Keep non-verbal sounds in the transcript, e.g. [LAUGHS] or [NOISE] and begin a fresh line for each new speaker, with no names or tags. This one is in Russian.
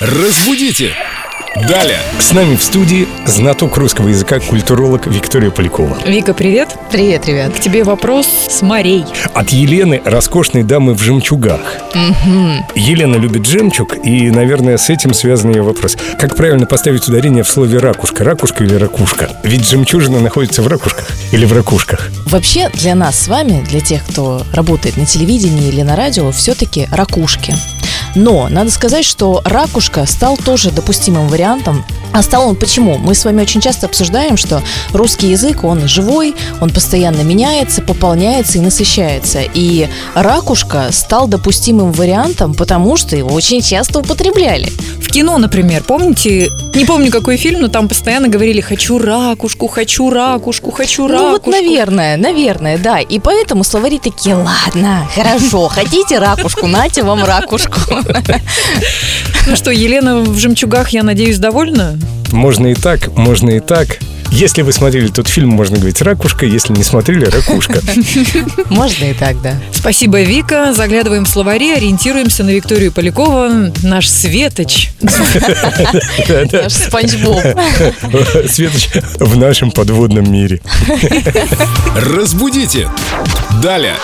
Разбудите! Далее.
С нами в студии знаток русского языка, культуролог Виктория Полякова.
Вика, привет.
Привет, ребят.
К тебе вопрос с морей.
От Елены роскошной дамы в жемчугах. Елена любит жемчуг, и, наверное, с этим связан ее вопрос. Как правильно поставить ударение в слове «ракушка»? Ракушка или ракушка? Ведь жемчужина находится в ракушках или в ракушках.
Вообще, для нас с вами, для тех, кто работает на телевидении или на радио, все-таки ракушки. Но надо сказать, что ракушка стал тоже допустимым вариантом. А стал он почему? Мы с вами очень часто обсуждаем, что русский язык, он живой, он постоянно меняется, пополняется и насыщается. И ракушка стал допустимым вариантом, потому что его очень часто употребляли.
В кино, например, помните, не помню какой фильм, но там постоянно говорили «хочу ракушку, хочу ракушку, хочу ракушку».
Ну вот, наверное, наверное, да. И поэтому словари такие, ладно, хорошо, хотите ракушку, нате вам ракушку.
Ну что, Елена в жемчугах, я надеюсь, довольна?
Можно и так, можно и так. Если вы смотрели тот фильм, можно говорить «ракушка», если не смотрели «ракушка». [LAUGHS]
Можно и так, да.
Спасибо, Вика. Заглядываем в словари, ориентируемся на Викторию Полякову, наш Светоч.
Наш Спанч Боб.
Светоч в нашем подводном мире.
Разбудите! Далее.